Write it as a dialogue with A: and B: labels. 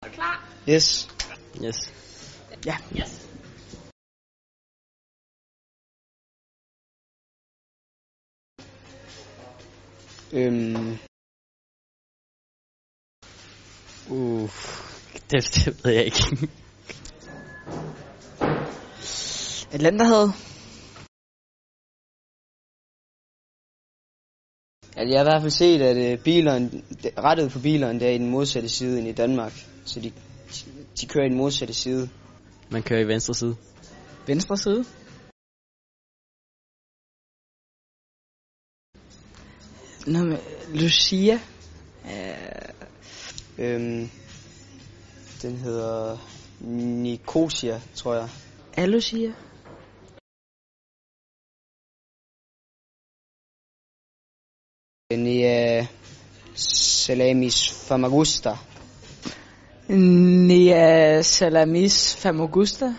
A: Er du klar?
B: Yes. Yes. Ja.
A: Yes.
B: Øhm. Uh, det, det ved jeg ikke. Atlanta havde. Altså, jeg har i hvert fald set, at øh, bilerne, de- rettet på bilerne, der er i den modsatte side end i Danmark. Så de, de, de kører i den modsatte side.
C: Man kører i venstre side.
B: Venstre side?
D: Nå, men Lucia. Øh,
B: Øhm, den hedder Nicosia, tror jeg.
D: er Lucia?
B: Den er Salamis Famagusta.
D: Nia Salamis Famagusta.